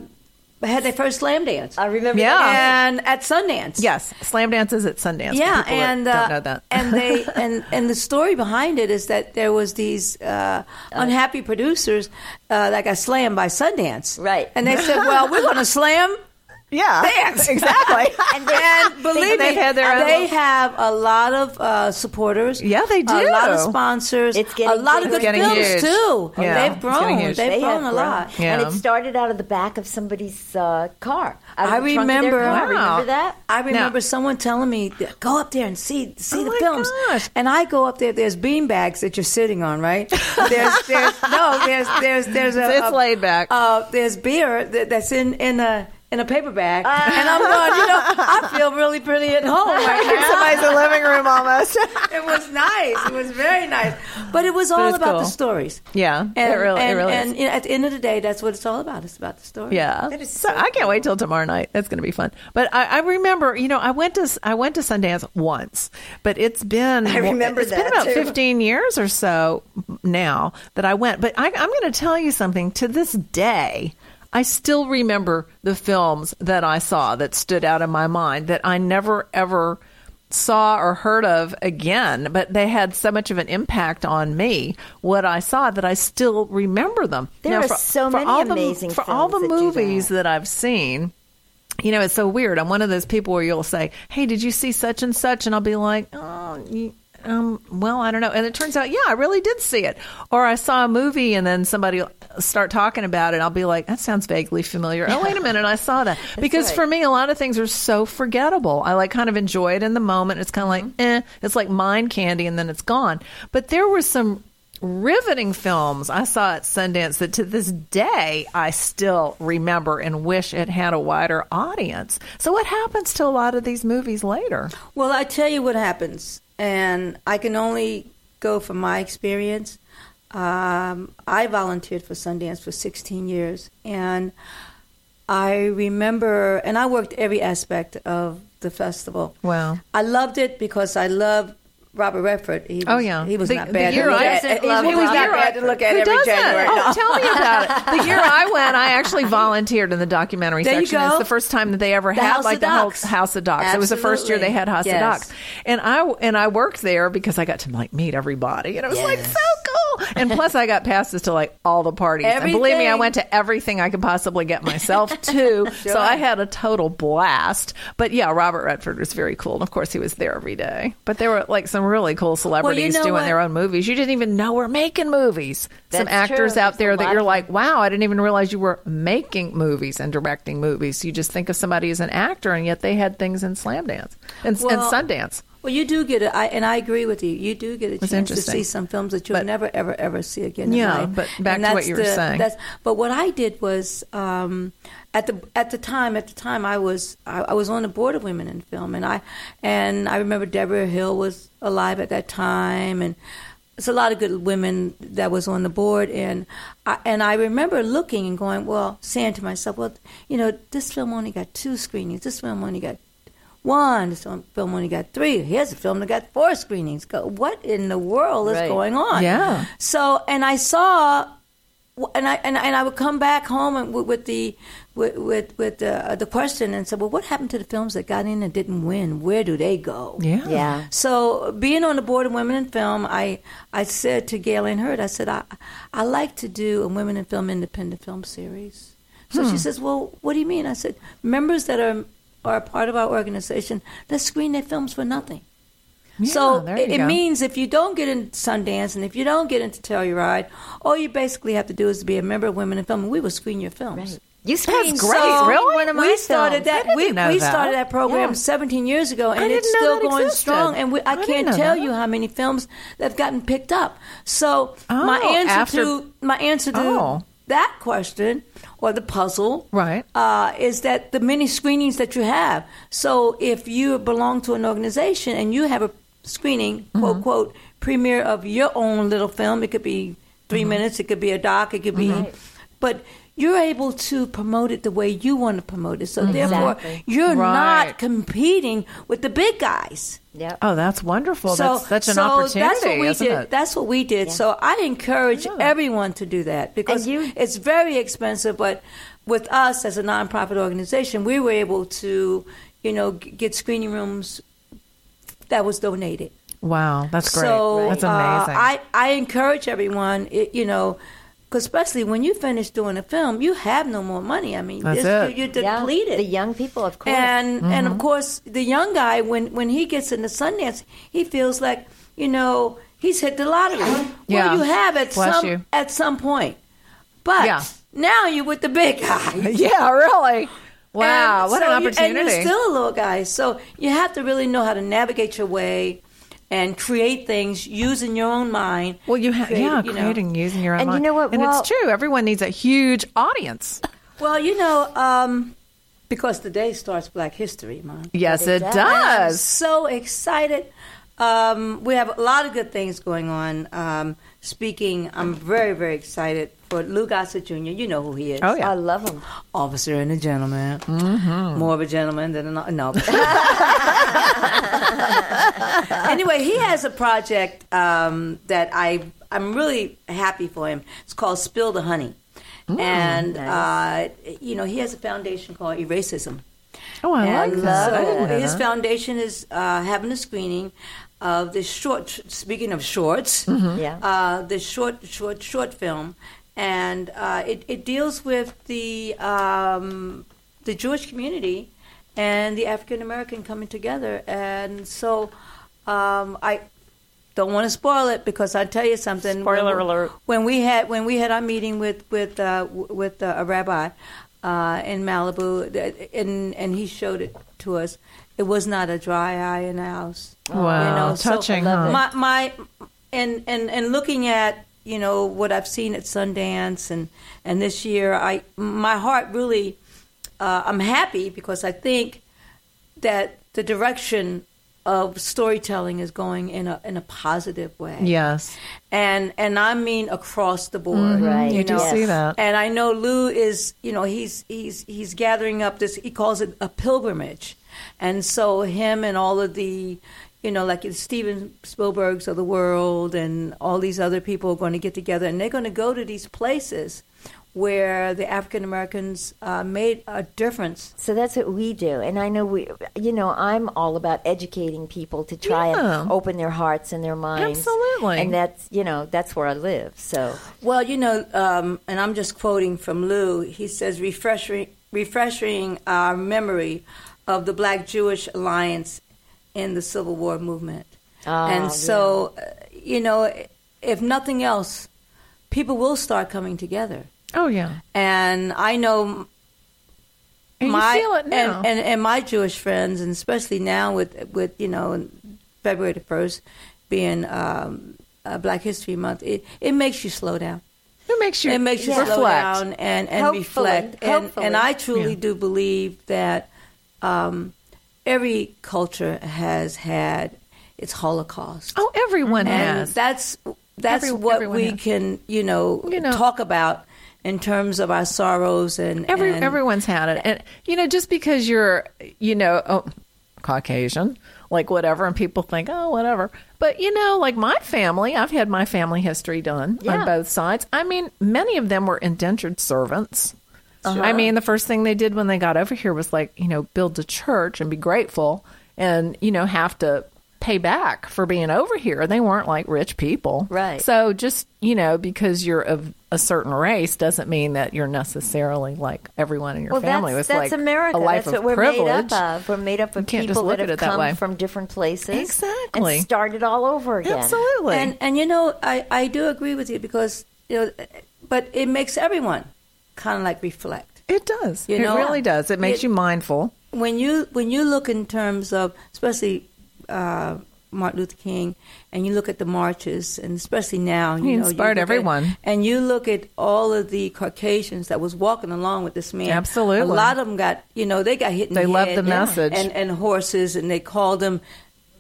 Speaker 5: had their first Slam Dance,
Speaker 2: I remember.
Speaker 4: Yeah.
Speaker 2: that.
Speaker 5: and at Sundance.
Speaker 4: Yes, slam dance is at Sundance.
Speaker 5: yeah
Speaker 4: for people that
Speaker 5: and
Speaker 4: don't
Speaker 5: uh,
Speaker 4: know that.
Speaker 5: and they and and the story behind it is that there was these uh, unhappy producers uh, that got slammed by Sundance
Speaker 2: Right.
Speaker 5: and they said well we're going to slam
Speaker 4: yeah,
Speaker 5: dance
Speaker 4: exactly.
Speaker 2: And they-
Speaker 5: and believe
Speaker 4: They've
Speaker 5: me,
Speaker 4: had their own-
Speaker 5: they have a lot of uh, supporters.
Speaker 4: Yeah, they
Speaker 5: A lot of
Speaker 4: do.
Speaker 5: sponsors.
Speaker 2: It's getting
Speaker 5: a lot
Speaker 2: big.
Speaker 5: of good
Speaker 2: It's
Speaker 4: getting
Speaker 5: films
Speaker 4: huge.
Speaker 5: too.
Speaker 4: Yeah,
Speaker 5: They've
Speaker 4: it's
Speaker 5: grown.
Speaker 4: getting
Speaker 5: They've
Speaker 4: huge.
Speaker 2: Oh, They have
Speaker 5: grown a lot.
Speaker 2: And
Speaker 4: Yeah.
Speaker 2: it started out of the back of somebody's uh, car. Out of
Speaker 5: I
Speaker 2: the trunk of their
Speaker 5: remember-
Speaker 2: car.
Speaker 4: Wow.
Speaker 2: Remember that?
Speaker 5: I remember someone telling me, "Go up there and see see
Speaker 4: Oh
Speaker 5: the
Speaker 4: my
Speaker 5: films."
Speaker 4: gosh.
Speaker 5: And I go up there. There's bean bags that you're sitting on, right? There's, there's no, there's there's there's a,
Speaker 4: It's
Speaker 5: a-
Speaker 4: laid back.
Speaker 5: Uh, there's beer that, that's in in a in a paper bag,
Speaker 4: Ah.
Speaker 5: and I'm going. You know, I feel really pretty at
Speaker 2: Oh,
Speaker 5: home right
Speaker 4: Somebody's in the living room almost.
Speaker 5: now. It was nice. It was very nice, but it was all
Speaker 4: it's
Speaker 5: about
Speaker 4: cool.
Speaker 5: the stories.
Speaker 4: Yeah,
Speaker 5: and,
Speaker 4: it really,
Speaker 5: and,
Speaker 4: it really
Speaker 5: and
Speaker 4: is.
Speaker 5: you know, at the end of the day, that's what it's all about. It's about the story.
Speaker 4: Yeah, so, I can't wait till tomorrow night. That's going to be fun. But I, I remember, you know, I went to I went to Sundance once, but it's been I
Speaker 2: remember
Speaker 4: it's
Speaker 2: that,
Speaker 4: been about
Speaker 2: too.
Speaker 4: fifteen years or so now that I went. But I, I'm going to tell you something. To this day, I still remember the films that I saw that stood out in my mind that I never ever saw or heard of again, but they had so much of an impact on me, what I saw, that I still remember them.
Speaker 2: There are so many
Speaker 4: all the-
Speaker 2: amazing
Speaker 4: For all the
Speaker 2: films that do
Speaker 4: movies that I've seen, you know, it's so weird. I'm one of those people where you'll say, "Hey, did you see such and such?" and I'll be like, "Oh, you, um, well, I don't know." And it turns out, yeah, I really did see it. Or I saw a movie and then somebody will start talking about it. I'll be like, "That sounds vaguely familiar." Oh, wait a minute, I saw that. because
Speaker 2: right.
Speaker 4: for me, a lot of things are so forgettable. I like kind of enjoy it in the moment. It's kind of like,
Speaker 2: Mm-hmm.
Speaker 4: eh, it's like mind candy, and then it's gone. But there were some riveting films I saw at Sundance that to this day I still remember and wish it had a wider audience. So what happens to a lot of these movies later?
Speaker 5: Well, I tell you what happens, and I can only go from my experience. Um, I volunteered for Sundance for 16 years, and I remember, and I worked every aspect of the festival.
Speaker 4: Wow.
Speaker 5: I loved it because I love Robert Redford. He was,
Speaker 4: Oh, yeah.
Speaker 5: He was
Speaker 4: The-
Speaker 5: not
Speaker 4: the
Speaker 5: bad. to
Speaker 4: year
Speaker 5: look
Speaker 4: I-
Speaker 5: at.
Speaker 4: Vincent
Speaker 5: He was
Speaker 4: loved
Speaker 5: not
Speaker 4: Robert
Speaker 5: bad to look at
Speaker 4: Who
Speaker 5: every
Speaker 4: doesn't?
Speaker 5: January.
Speaker 4: Oh,
Speaker 5: No.
Speaker 4: tell me about it. The year I went, I actually volunteered in the documentary
Speaker 5: There you
Speaker 4: section. It's
Speaker 5: go.
Speaker 4: the first time that they ever
Speaker 5: The
Speaker 4: had
Speaker 5: House
Speaker 4: like
Speaker 5: of
Speaker 4: the
Speaker 5: Ducks.
Speaker 4: whole House of Docs. It was the first year they had House
Speaker 5: Yes.
Speaker 4: of Docs, and I and I worked there because I got to like meet everybody, and it was like
Speaker 5: Yes.
Speaker 4: so cool. And plus, I got passes to like all the parties. And believe me, I
Speaker 5: Everything.
Speaker 4: went to everything I could possibly get myself to, so I had a total blast. But yeah, Robert Redford was very cool, and of course, he was there every day. But there were like some really cool celebrities celebrities
Speaker 5: know
Speaker 4: doing
Speaker 5: what?
Speaker 4: their own movies. You didn't even know we're making movies. Some
Speaker 2: That's true.
Speaker 4: actors out
Speaker 2: There's a
Speaker 4: there that
Speaker 2: lot
Speaker 4: you're
Speaker 2: of
Speaker 4: like, wow, I didn't even realize you were making movies and directing movies. You just think of somebody as an actor, and yet they had things in Slam Dance and,
Speaker 5: Well,
Speaker 4: and Sundance.
Speaker 5: Well, you do get it, I, and I agree with you. You do get a chance to
Speaker 4: interesting.
Speaker 5: see some films that you'll
Speaker 4: But-
Speaker 5: never, ever, ever see again.
Speaker 4: Yeah,
Speaker 5: in life.
Speaker 4: but back
Speaker 5: And
Speaker 4: to what
Speaker 5: that's
Speaker 4: you were
Speaker 5: the-
Speaker 4: saying.
Speaker 5: That's, but what I did was um, at the at the time at the time I was I, I was on the board of Women in Film, and I and I remember Deborah Hill was alive at that time, and it's a lot of good women that was on the board, and I, and I remember looking and going, well, saying to myself, well, you know, this film only got two screenings, this film only got one. This one film only got three. Here's a film that got four screenings. Go, what in the world is
Speaker 2: Right.
Speaker 5: going on?
Speaker 4: Yeah.
Speaker 5: So, and I saw, and I and, I- and I would come back home and with, with the with with, with uh, the, the question and said, well, what happened to the films that got in and didn't win? Where do they go?
Speaker 4: Yeah.
Speaker 2: Yeah.
Speaker 5: So, being on the board of Women in Film, I I said to Galen Hurd, I said, I I like to do a Women in Film independent film series. So she says, Well, what do you mean? I said, Members that are are a part of our organization, let's screen their films for nothing. so
Speaker 4: there
Speaker 5: it,
Speaker 4: you
Speaker 5: it
Speaker 4: go.
Speaker 5: means if you don't get into Sundance and if you don't get into Telluride, all you basically have to do is be a member of Women in Film, and we will screen your films.
Speaker 2: You screened
Speaker 4: great,
Speaker 2: so
Speaker 4: really?
Speaker 2: one of my
Speaker 5: we
Speaker 2: films.
Speaker 5: started that.
Speaker 4: I didn't
Speaker 5: we
Speaker 4: know
Speaker 5: we
Speaker 4: that.
Speaker 5: started that program
Speaker 2: Yeah.
Speaker 5: 17 years ago, and
Speaker 4: didn't
Speaker 5: it's
Speaker 4: know
Speaker 5: still
Speaker 4: that
Speaker 5: going
Speaker 4: existed.
Speaker 5: strong. And we, I,
Speaker 4: I didn't
Speaker 5: can't
Speaker 4: know
Speaker 5: tell
Speaker 4: that.
Speaker 5: you how many films that have gotten picked up. So my
Speaker 4: Oh,
Speaker 5: answer
Speaker 4: after-
Speaker 5: to my answer to
Speaker 4: Oh.
Speaker 5: that question or the puzzle,
Speaker 4: Right.
Speaker 5: uh, is that the many screenings that you have. So if you belong to an organization and you have a screening,
Speaker 4: Mm-hmm.
Speaker 5: quote quote, premiere of your own little film, it could be 3
Speaker 4: Mm-hmm.
Speaker 5: minutes, it could be a doc, it could be, but you're able to promote it the way you want to promote it. So therefore,
Speaker 2: Exactly.
Speaker 5: you're
Speaker 4: Right.
Speaker 5: not competing with the big guys.
Speaker 2: Yep.
Speaker 4: Oh, that's wonderful.
Speaker 5: so
Speaker 4: that's such an
Speaker 5: so
Speaker 4: opportunity,
Speaker 5: That's what we
Speaker 4: isn't
Speaker 5: did.
Speaker 4: it?
Speaker 5: That's what we did. So I encourage everyone to do that because
Speaker 2: And you-
Speaker 5: it's very expensive. But with us as a nonprofit organization, we were able to, you know, g- get screening rooms that was donated.
Speaker 4: wow, that's great.
Speaker 5: So
Speaker 4: that's
Speaker 5: uh,
Speaker 4: amazing.
Speaker 5: I I encourage everyone, it, you know. 'cause especially when you finish doing a film, you have no more money. I mean,
Speaker 4: That's
Speaker 5: it's-
Speaker 4: it.
Speaker 5: you're
Speaker 2: Yeah,
Speaker 5: depleted.
Speaker 2: The young people, of course.
Speaker 5: And and
Speaker 4: Mm-hmm.
Speaker 5: of course, the young guy when when he gets into Sundance, he feels like you know he's hit the lottery.
Speaker 4: Yeah.
Speaker 5: Well, you have at
Speaker 4: Bless
Speaker 5: some
Speaker 4: you.
Speaker 5: at some point, but
Speaker 4: Yeah.
Speaker 5: now you're with the big guy.
Speaker 4: yeah, really. Wow,
Speaker 5: And
Speaker 4: what an
Speaker 5: so you-
Speaker 4: opportunity.
Speaker 5: and you're still a little guy, so you have to really know how to navigate your way and create things using your own mind.
Speaker 4: Well, you have
Speaker 5: Create-
Speaker 4: yeah,
Speaker 5: you know.
Speaker 4: creating using your own
Speaker 2: And you
Speaker 4: mind.
Speaker 2: know what,
Speaker 4: And
Speaker 2: Walt-
Speaker 4: it's true. Everyone needs a huge audience.
Speaker 5: Well, you know, um, because today starts Black History Month.
Speaker 4: Yes, it,
Speaker 2: does.
Speaker 5: I'm
Speaker 4: does.
Speaker 5: so excited. Um, we have a lot of good things going on. Um, speaking, I'm very, very excited for Lou Gossett Jr. You know who he is.
Speaker 4: Oh, yeah. Mm-hmm.
Speaker 2: I love them.
Speaker 5: Officer and a gentleman. More of a gentleman than an... No. anyway, he has a project um, that I, I'm really happy for him. It's called Spill the Honey.
Speaker 4: Mm.
Speaker 5: and, uh, you know, he has a foundation called Eracism.
Speaker 4: Oh, I
Speaker 5: And
Speaker 4: like that. I didn't
Speaker 5: so
Speaker 4: know
Speaker 5: his
Speaker 4: that.
Speaker 5: foundation is uh, having a screening of the short. Speaking of shorts,
Speaker 4: Mm-hmm.
Speaker 2: Yeah.
Speaker 5: uh, the short, short, short film, and uh, it, it deals with the um, the Jewish community and the African American coming together, and so um, I. Don't want to spoil it because I tell you something.
Speaker 3: Spoiler
Speaker 5: when,
Speaker 3: alert.
Speaker 5: When we had when we had our meeting with with uh, w- with uh, a rabbi uh, in Malibu, th- and and he showed it to us. It was not a dry eye in the house.
Speaker 4: Wow, touching, huh?
Speaker 5: my my and and and looking at you know what I've seen at Sundance and and this year, I my heart really uh, I'm happy because I think that the direction of storytelling is going in a in a positive way
Speaker 4: yes.
Speaker 5: and and I mean across the
Speaker 2: Right.
Speaker 5: board.
Speaker 4: Mm-hmm. You do
Speaker 2: know,
Speaker 4: see that.
Speaker 5: And I know Lou is, you know, he's he's he's gathering up this. He calls it a pilgrimage, and so him and all of the, you know, like it's Steven Spielberg's of the world and all these other people are going to get together and they're going to go to these places where the African Americans uh, made a difference.
Speaker 2: So that's what we do. And I know we, you know, I'm all about educating people to try
Speaker 4: Yeah.
Speaker 2: and open their hearts and their minds.
Speaker 4: Absolutely.
Speaker 2: And that's, you know, that's where I live. So
Speaker 5: Well, you know, um, and I'm just quoting from Lou. He says, refreshing, refreshing our memory of the Black Jewish Alliance in the Civil War movement.
Speaker 2: Ah, yeah.
Speaker 5: and so, uh, you know, if nothing else, people will start coming together.
Speaker 4: Oh yeah,
Speaker 5: And I know
Speaker 4: and
Speaker 5: my
Speaker 4: you feel it now.
Speaker 5: And, and and my Jewish friends, and especially now with with you know February the first being um, uh, Black History Month, it, it makes you slow down.
Speaker 4: it makes you
Speaker 5: It makes you
Speaker 4: reflect.
Speaker 5: slow down and, and
Speaker 2: Hopefully.
Speaker 5: reflect. And,
Speaker 2: Hopefully.
Speaker 5: and I truly
Speaker 4: Yeah.
Speaker 5: do believe that um, every culture has had its Holocaust.
Speaker 4: Oh, everyone
Speaker 5: And
Speaker 4: has.
Speaker 5: that's that's
Speaker 4: Every-
Speaker 5: what
Speaker 4: everyone
Speaker 5: we
Speaker 4: has.
Speaker 5: can you know,
Speaker 4: You know.
Speaker 5: talk about in terms of our sorrows and
Speaker 4: Every
Speaker 5: and-
Speaker 4: everyone's had it, and you know, just because you're, you know, oh, Caucasian, like whatever, and people think, oh, whatever. But you know, like my family, I've had my family history done
Speaker 2: Yeah.
Speaker 4: on both sides. I mean, many of them were indentured servants.
Speaker 2: Uh-huh.
Speaker 4: I mean, the first thing they did when they got over here was like, you know, build a church and be grateful, and you know, have to pay back for being over here. And they weren't like rich people,
Speaker 2: Right.
Speaker 4: So so just, you know, because you're of a certain race doesn't mean that you're necessarily like everyone in your
Speaker 2: well,
Speaker 4: family
Speaker 2: that's, that's
Speaker 4: was like
Speaker 2: America.
Speaker 4: a life
Speaker 2: that's what
Speaker 4: of
Speaker 2: we're
Speaker 4: privilege.
Speaker 2: made up of. We're made up of
Speaker 4: You can't just
Speaker 2: people
Speaker 4: look
Speaker 2: that have
Speaker 4: at it that
Speaker 2: come
Speaker 4: way.
Speaker 2: from different places.
Speaker 4: Exactly.
Speaker 2: And started all over again.
Speaker 4: Absolutely.
Speaker 5: And and you know, I I do agree with you because you know, but it makes everyone kind of like reflect
Speaker 4: it does.
Speaker 5: You
Speaker 4: it
Speaker 5: know?
Speaker 4: really does. It makes
Speaker 5: It-
Speaker 4: you mindful.
Speaker 5: when you when you look in terms of especially. Uh, Martin Luther King, and you look at the marches, and especially now, you
Speaker 4: He
Speaker 5: know, you
Speaker 4: inspired
Speaker 5: look at-
Speaker 4: everyone.
Speaker 5: and you look at all of the Caucasians that was walking along with this man.
Speaker 4: Absolutely.
Speaker 5: a lot of them got, you know, they got hit. In
Speaker 4: They
Speaker 5: the
Speaker 4: loved
Speaker 5: head
Speaker 4: the message.
Speaker 5: and, and horses, and they called them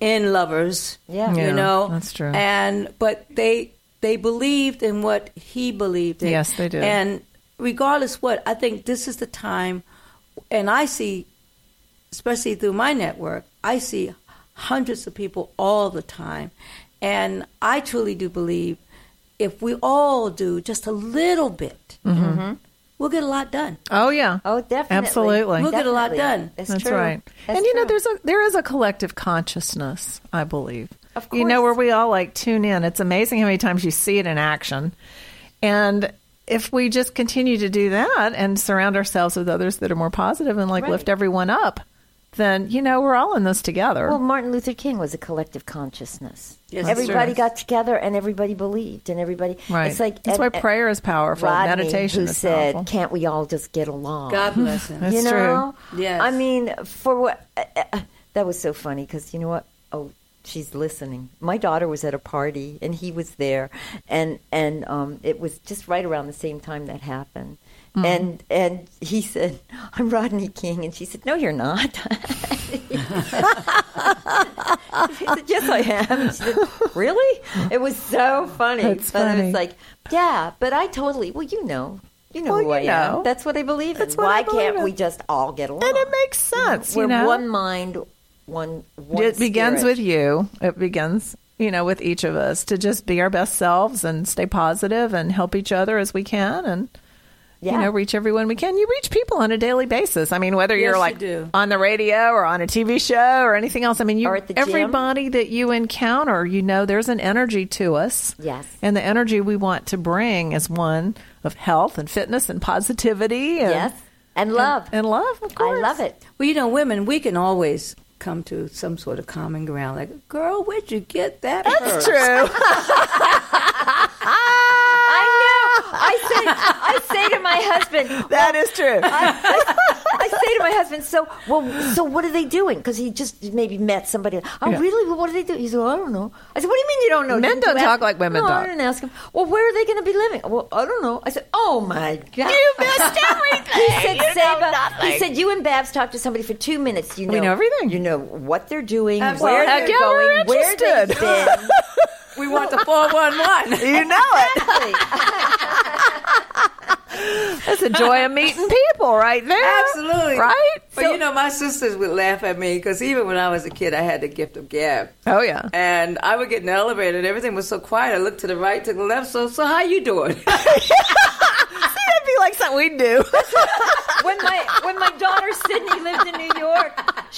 Speaker 5: in lovers.
Speaker 2: Yeah.
Speaker 4: Yeah,
Speaker 5: you know,
Speaker 4: that's true.
Speaker 5: And but they they believed in what he believed in.
Speaker 4: Yes, they did.
Speaker 5: And regardless what, I think this is the time, and I see, especially through my network, I see hundreds of people all the time, and I truly do believe if we all do just a little bit,
Speaker 4: Mm-hmm.
Speaker 5: Mm-hmm. we'll get a lot done.
Speaker 4: Oh yeah.
Speaker 2: Oh, definitely.
Speaker 4: Absolutely.
Speaker 5: We'll get a lot
Speaker 2: Definitely.
Speaker 5: done.
Speaker 2: That's,
Speaker 4: That's
Speaker 2: true.
Speaker 4: right.
Speaker 2: That's
Speaker 4: and you know,
Speaker 2: true.
Speaker 4: there's a there is a collective consciousness, I believe.
Speaker 2: Of
Speaker 4: You know,
Speaker 2: course.
Speaker 4: where we all like tune in. It's amazing how many times you see it in action. And if we just continue to do that and surround ourselves with others that are more positive and like
Speaker 2: Right.
Speaker 4: lift everyone up, then you know, we're all in this together.
Speaker 2: Well, Martin Luther King was a collective consciousness.
Speaker 5: Yes, that's
Speaker 2: everybody
Speaker 5: true.
Speaker 2: got together and everybody believed and everybody.
Speaker 4: Right.
Speaker 2: It's like
Speaker 4: That's why
Speaker 2: and- and
Speaker 4: prayer is powerful,
Speaker 2: Rodney,
Speaker 4: meditation
Speaker 2: who
Speaker 4: is
Speaker 2: said,
Speaker 4: powerful.
Speaker 2: "Can't we all just get along?"
Speaker 5: God bless him.
Speaker 4: That's
Speaker 2: you
Speaker 4: true.
Speaker 2: know.
Speaker 5: Yes.
Speaker 2: I mean, for what uh, uh, that was so funny because you know what? Oh, she's listening. My daughter was at a party and he was there, and and um, it was just right around the same time that happened.
Speaker 4: Mm.
Speaker 2: And and he said, "I'm Rodney King," and she said, "No, you're not." She said, "Yes, I am." She said, "Really?" It was so funny.
Speaker 4: That's
Speaker 2: but it
Speaker 4: funny.
Speaker 2: was like, "Yeah, but I totally." Well, you know, you know
Speaker 4: Well,
Speaker 2: who
Speaker 4: you
Speaker 2: I
Speaker 4: know.
Speaker 2: am. That's what I believe
Speaker 4: That's
Speaker 2: in.
Speaker 4: what I
Speaker 2: Why
Speaker 4: believe
Speaker 2: can't
Speaker 4: in.
Speaker 2: we just all get along?
Speaker 4: and it makes sense,
Speaker 2: We're
Speaker 4: you know.
Speaker 2: one mind, one. one
Speaker 4: it begins
Speaker 2: spirit.
Speaker 4: with you. It begins, you know, with each of us to just be our best selves and stay positive and help each other as we can and
Speaker 2: yeah.
Speaker 4: you know, reach everyone we can. You reach people on a daily basis. I mean, whether
Speaker 5: Yes,
Speaker 4: you're
Speaker 5: you
Speaker 4: like
Speaker 5: do.
Speaker 4: on the radio or on a TV show or anything else. I mean, you
Speaker 2: Or at the gym.
Speaker 4: everybody that you encounter, you know, there's an energy to us.
Speaker 2: Yes.
Speaker 4: And the energy we want to bring is one of health and fitness and positivity and
Speaker 2: yes, and love.
Speaker 4: and love, of
Speaker 2: I
Speaker 4: course.
Speaker 2: love it.
Speaker 5: Well, you know, women, we can always come to some sort of common ground. Like, girl, where'd you get that? purse?"
Speaker 4: It's true.
Speaker 2: I know. I say. I say to my husband.
Speaker 4: that is true.
Speaker 2: I say to my husband, so well, so what are they doing? Because he just maybe met somebody. Oh,
Speaker 4: Yeah.
Speaker 2: really? Well, what do they do? He said, well, I don't know. I said, what do you mean you don't know?
Speaker 4: Men
Speaker 2: Didn't
Speaker 4: don't
Speaker 2: you
Speaker 4: talk like women
Speaker 2: no,
Speaker 4: talk.
Speaker 2: I didn't ask him. Well, where are they going to be living? Well, I don't know. I said, oh my god,
Speaker 4: You missed everything.
Speaker 2: he said,
Speaker 4: You know
Speaker 2: Saba,
Speaker 4: nothing.
Speaker 2: he said, you and Babs talk to somebody for two minutes. You know,
Speaker 4: We know everything.
Speaker 2: You know what they're doing,
Speaker 5: Absolutely.
Speaker 2: where they're
Speaker 4: Yeah, we're
Speaker 2: going, where they've
Speaker 4: interested.
Speaker 2: been.
Speaker 5: We want the 411.
Speaker 4: you know it. That's a joy of meeting people right there.
Speaker 5: Absolutely.
Speaker 4: Right?
Speaker 5: But you know, my sisters would laugh at me because even when I was a kid, I had the gift of gab.
Speaker 4: Oh, yeah.
Speaker 5: And I would get in the elevator and everything was so quiet. I looked to the right, to the left. So, so how you doing?
Speaker 4: That'd be like something we do.
Speaker 2: when my when my daughter Sydney lived in New York,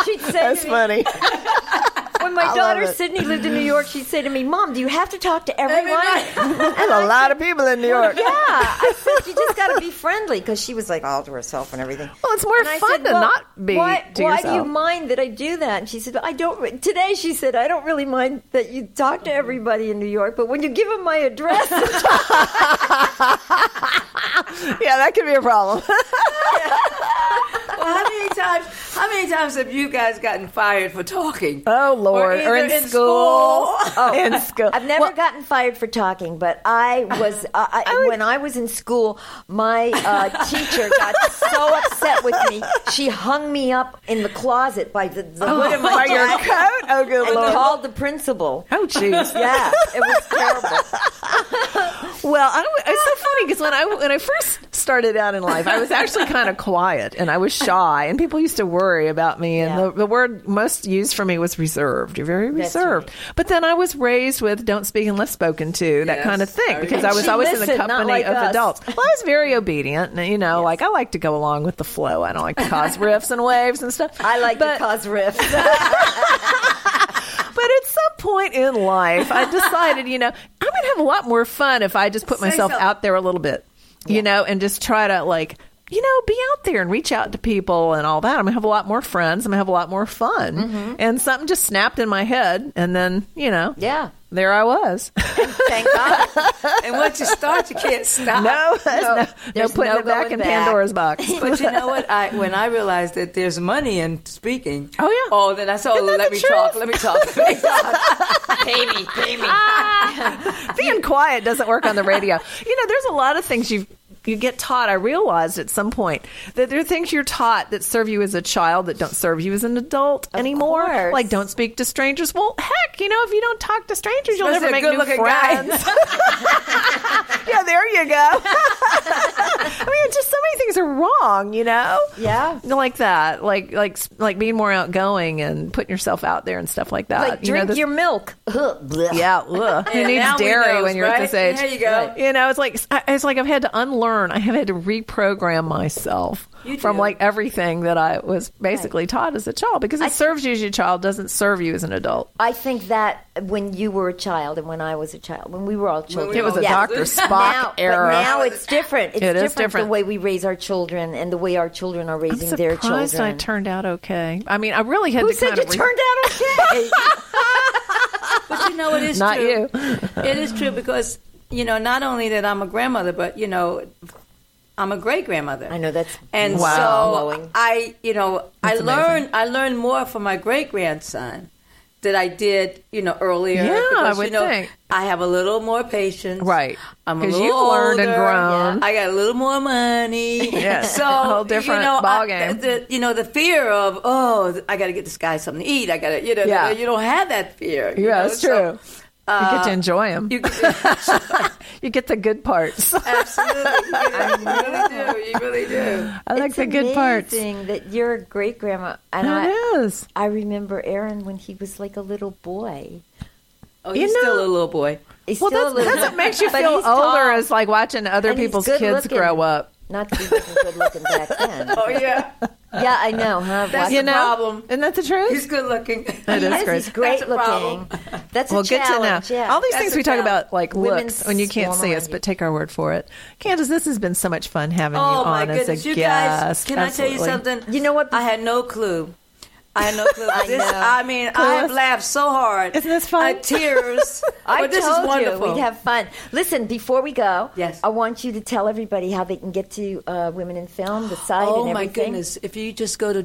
Speaker 2: she'd say to me,
Speaker 4: funny.
Speaker 2: when my daughter
Speaker 4: it.
Speaker 2: Sydney lived in New York, she'd say to me, "Mom, do you have to talk to everyone?"
Speaker 4: There's a lot of people in New York.
Speaker 2: yeah, I said you just got to be friendly because she was like all to herself and everything.
Speaker 4: Well, it's more
Speaker 2: And I
Speaker 4: fun
Speaker 2: said,
Speaker 4: to
Speaker 2: "Well,
Speaker 4: not be
Speaker 2: Why,
Speaker 4: to
Speaker 2: why do
Speaker 4: yourself."
Speaker 2: you mind that I do that? And she said, "I don't." re- Today, she said, "I don't really mind that you talk to everybody in New York, but when you give them my address,
Speaker 4: Yeah, that could be a problem.
Speaker 5: well, how many times? How many times have you guys gotten fired for talking?
Speaker 4: Oh Lord, or,
Speaker 5: either
Speaker 4: in,
Speaker 5: in
Speaker 4: school, Oh,
Speaker 5: school.
Speaker 4: in school.
Speaker 2: I've never gotten fired for talking, but I was I, I, when I was in school, my uh, teacher got so upset with me. She hung me up in the closet by the, the hood of my
Speaker 4: Oh By your
Speaker 2: jacket
Speaker 4: coat. Oh, good
Speaker 2: and
Speaker 4: Lord.
Speaker 2: called the principal.
Speaker 4: Oh, jeez.
Speaker 2: Yeah, it was terrible.
Speaker 4: Well, I, don't- it's so funny because when I when I first started out in life, I was actually kind of quiet and I was shy, and people used to worry about me. And
Speaker 2: Yeah.
Speaker 4: the, the word most used for me was reserved. You're very
Speaker 2: That's
Speaker 4: reserved. But then I was raised with "don't speak unless spoken to" that
Speaker 5: Yes.
Speaker 4: kind of thing
Speaker 5: Very
Speaker 4: because
Speaker 5: good.
Speaker 4: I was
Speaker 2: She
Speaker 4: always in the
Speaker 2: listened, not
Speaker 4: company
Speaker 2: like
Speaker 4: of
Speaker 2: us.
Speaker 4: adults. Well, I was very obedient. and, You know, like I like to go along with the flow. I don't like to cause riffs and waves and stuff.
Speaker 2: I like
Speaker 4: But-
Speaker 2: to cause rifts.
Speaker 4: But at some point in life, I decided, you know, I'm going to have a lot more fun if I just put myself
Speaker 5: so.
Speaker 4: out there a little bit, you know, and just try to like, you know, be out there and reach out to people and all that. I'm going to have a lot more friends. I'm going to have a lot more fun.
Speaker 2: Mm-hmm.
Speaker 4: And something just snapped in my head. And then, you know,
Speaker 2: Yeah.
Speaker 4: there I was.
Speaker 2: Thank God.
Speaker 5: And once you start, you can't stop.
Speaker 4: no, no, no,
Speaker 2: there's
Speaker 4: putting
Speaker 2: no
Speaker 4: it back
Speaker 2: going
Speaker 4: in
Speaker 2: back.
Speaker 4: Pandora's box.
Speaker 5: But you know what? I when I realized that there's money in speaking.
Speaker 4: Oh, yeah.
Speaker 5: Oh, then I said, oh,
Speaker 4: Isn't that
Speaker 5: let
Speaker 4: the
Speaker 5: me
Speaker 4: truth?
Speaker 5: talk. Let me talk. Let me talk.
Speaker 2: pay me, pay me.
Speaker 4: being quiet doesn't work on the radio. You know, there's a lot of things you you get taught. I realized at some point that there are things you're taught that serve you as a child that don't serve you as an adult anymore.
Speaker 2: course.
Speaker 4: Like don't speak to strangers. Well, heck, you know, if you don't talk to strangers, you'll never
Speaker 5: Especially
Speaker 4: make
Speaker 5: a
Speaker 4: new
Speaker 5: good-looking guy.
Speaker 4: friends. yeah, there you go. I mean, just so many things are wrong, you know.
Speaker 2: Yeah.
Speaker 4: like that, like like like being more outgoing and putting yourself out there and stuff like that.
Speaker 2: Like,
Speaker 4: You know,
Speaker 2: drink
Speaker 4: this-
Speaker 2: your milk. Ugh, blech.
Speaker 4: yeah, ugh. who
Speaker 5: And
Speaker 4: needs
Speaker 5: now we
Speaker 4: dairy
Speaker 5: knows,
Speaker 4: when you're at
Speaker 5: right?
Speaker 4: this age?
Speaker 5: There you go.
Speaker 4: You know, it's like it's like I've had to unlearn. I have had to reprogram myself
Speaker 5: You
Speaker 4: from
Speaker 5: do.
Speaker 4: like everything that I was basically taught as a child because it serves you as a child, doesn't serve you as an adult.
Speaker 2: I think that when you were a child and when I was a child, when we were all children,
Speaker 5: we
Speaker 4: It was a
Speaker 2: yeah.
Speaker 4: Dr. Spock
Speaker 2: now,
Speaker 4: era.
Speaker 2: But now it's different. It's
Speaker 4: It is
Speaker 2: different,
Speaker 4: different.
Speaker 2: the way we raise our children and the way our children are
Speaker 4: I'm
Speaker 2: raising their
Speaker 4: surprised
Speaker 2: children.
Speaker 4: I turned out okay. I mean, I really had
Speaker 2: Who
Speaker 4: to
Speaker 2: said
Speaker 4: kind
Speaker 2: you
Speaker 4: of re-
Speaker 2: turned out okay?
Speaker 5: But you know what is
Speaker 4: Not
Speaker 5: true.
Speaker 4: you.
Speaker 5: it is true because you know not only that I'm a grandmother, but you know I'm a great grandmother.
Speaker 2: I know, that's
Speaker 5: and
Speaker 4: Wow.
Speaker 5: so
Speaker 2: mind-blowing.
Speaker 5: I you know
Speaker 4: That's
Speaker 5: I
Speaker 4: amazing.
Speaker 5: learned I learned more from my great grandson that I did you know earlier.
Speaker 4: Yeah, I
Speaker 5: because,
Speaker 4: would
Speaker 5: you know,
Speaker 4: think.
Speaker 5: I have a little more patience.
Speaker 4: Right.
Speaker 5: I'm a
Speaker 4: 'Cause
Speaker 5: little
Speaker 4: you've learned and
Speaker 5: older.
Speaker 4: grown.
Speaker 5: I got a little more money.
Speaker 4: Yes.
Speaker 5: so
Speaker 4: A whole different
Speaker 5: you know, I-
Speaker 4: ballgame.
Speaker 5: the, you know the fear of oh I got to get this guy something to eat. I got to you know
Speaker 4: Yeah.
Speaker 5: you don't have that fear. you
Speaker 4: Yeah,
Speaker 5: know,
Speaker 4: it's
Speaker 5: so-
Speaker 4: true. you
Speaker 2: uh,
Speaker 4: get to enjoy them. You,
Speaker 5: you can
Speaker 4: get the good parts.
Speaker 5: absolutely. You really do. You really do.
Speaker 4: I like
Speaker 2: it's
Speaker 4: the good parts.
Speaker 2: amazing that you're a great grandma. And I,
Speaker 4: It is.
Speaker 2: I remember Aaron when he was like a little boy.
Speaker 5: Oh,
Speaker 4: You
Speaker 5: he's still
Speaker 4: know-
Speaker 5: a little boy.
Speaker 2: He's
Speaker 4: Well,
Speaker 2: still
Speaker 4: that's,
Speaker 2: a little
Speaker 4: that's what makes you
Speaker 2: but
Speaker 4: feel older
Speaker 2: he's tall.
Speaker 4: is like watching other
Speaker 2: And he's
Speaker 4: people's
Speaker 2: good
Speaker 4: kids
Speaker 2: looking.
Speaker 4: grow up.
Speaker 2: Not that he wasn't good looking back then.
Speaker 5: Oh yeah,
Speaker 2: Yeah, I know, huh?
Speaker 5: That's
Speaker 2: Watch-
Speaker 5: the problem.
Speaker 4: Isn't that the truth?
Speaker 5: He's good looking.
Speaker 4: That
Speaker 2: He
Speaker 4: is
Speaker 2: is.
Speaker 4: great.
Speaker 2: He's great
Speaker 5: That's a
Speaker 2: looking.
Speaker 5: problem.
Speaker 2: That's a
Speaker 4: well, good to know.
Speaker 2: challenge. Yeah.
Speaker 4: All these
Speaker 5: That's
Speaker 4: things
Speaker 5: a
Speaker 4: we talk
Speaker 5: challenge.
Speaker 4: about, like
Speaker 2: Women
Speaker 4: looks, when you can't
Speaker 2: swarm
Speaker 4: see
Speaker 2: around
Speaker 4: us,
Speaker 2: you.
Speaker 4: but take our word for it. Candace, this has been so much fun having you
Speaker 5: Oh my
Speaker 4: on
Speaker 5: goodness,
Speaker 4: as a
Speaker 5: you guys!
Speaker 4: guest.
Speaker 5: Can I tell you
Speaker 4: Absolutely.
Speaker 5: something?
Speaker 2: You know what?
Speaker 5: I had no clue. I had no clue.
Speaker 2: I
Speaker 5: This,
Speaker 2: know.
Speaker 5: I mean, I have laughed so hard.
Speaker 4: Isn't this fun?
Speaker 5: I had tears.
Speaker 2: I
Speaker 4: Oh,
Speaker 5: but this
Speaker 2: told
Speaker 5: is wonderful.
Speaker 2: you we'd have fun. Listen, before we go,
Speaker 5: Yes.
Speaker 2: I want you to tell everybody how they can get to uh, Women in Film, the site,
Speaker 5: Oh
Speaker 2: and
Speaker 5: my
Speaker 2: everything.
Speaker 5: goodness! If you just go to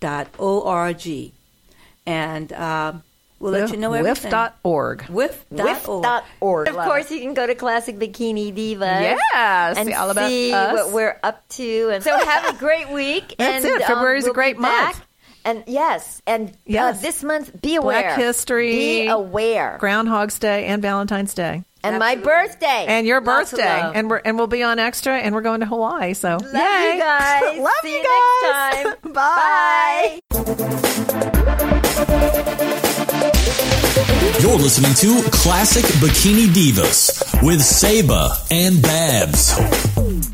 Speaker 5: www.wif.org, and um, we'll let you know everything.
Speaker 4: Whiff.org.
Speaker 5: Whiff dot org.
Speaker 2: Dot org. Of
Speaker 5: Love
Speaker 2: course, you can go to Classic Bikini Divas.
Speaker 4: Yeah, see
Speaker 2: and
Speaker 4: all about
Speaker 2: see
Speaker 4: us.
Speaker 2: what we're up to. And so, have a great week.
Speaker 4: That's
Speaker 2: and, um,
Speaker 4: it. February's a
Speaker 2: we'll be
Speaker 4: great month.
Speaker 2: back. And yes, and
Speaker 4: Yes.
Speaker 2: Uh, this month, be aware.
Speaker 4: Black History.
Speaker 2: Be aware.
Speaker 4: Groundhog's Day and Valentine's Day.
Speaker 2: and my birthday.
Speaker 4: and your
Speaker 2: Lots of
Speaker 4: birthday,
Speaker 2: love.
Speaker 4: and we're and we'll be on extra, and we're going to Hawaii. So
Speaker 2: Love
Speaker 4: yay.
Speaker 2: you guys.
Speaker 4: Love
Speaker 2: See
Speaker 4: you
Speaker 2: you
Speaker 4: guys.
Speaker 2: next time.
Speaker 4: Bye.
Speaker 2: Bye.
Speaker 1: You're listening to Classic Bikini Divas with Saba and Babs.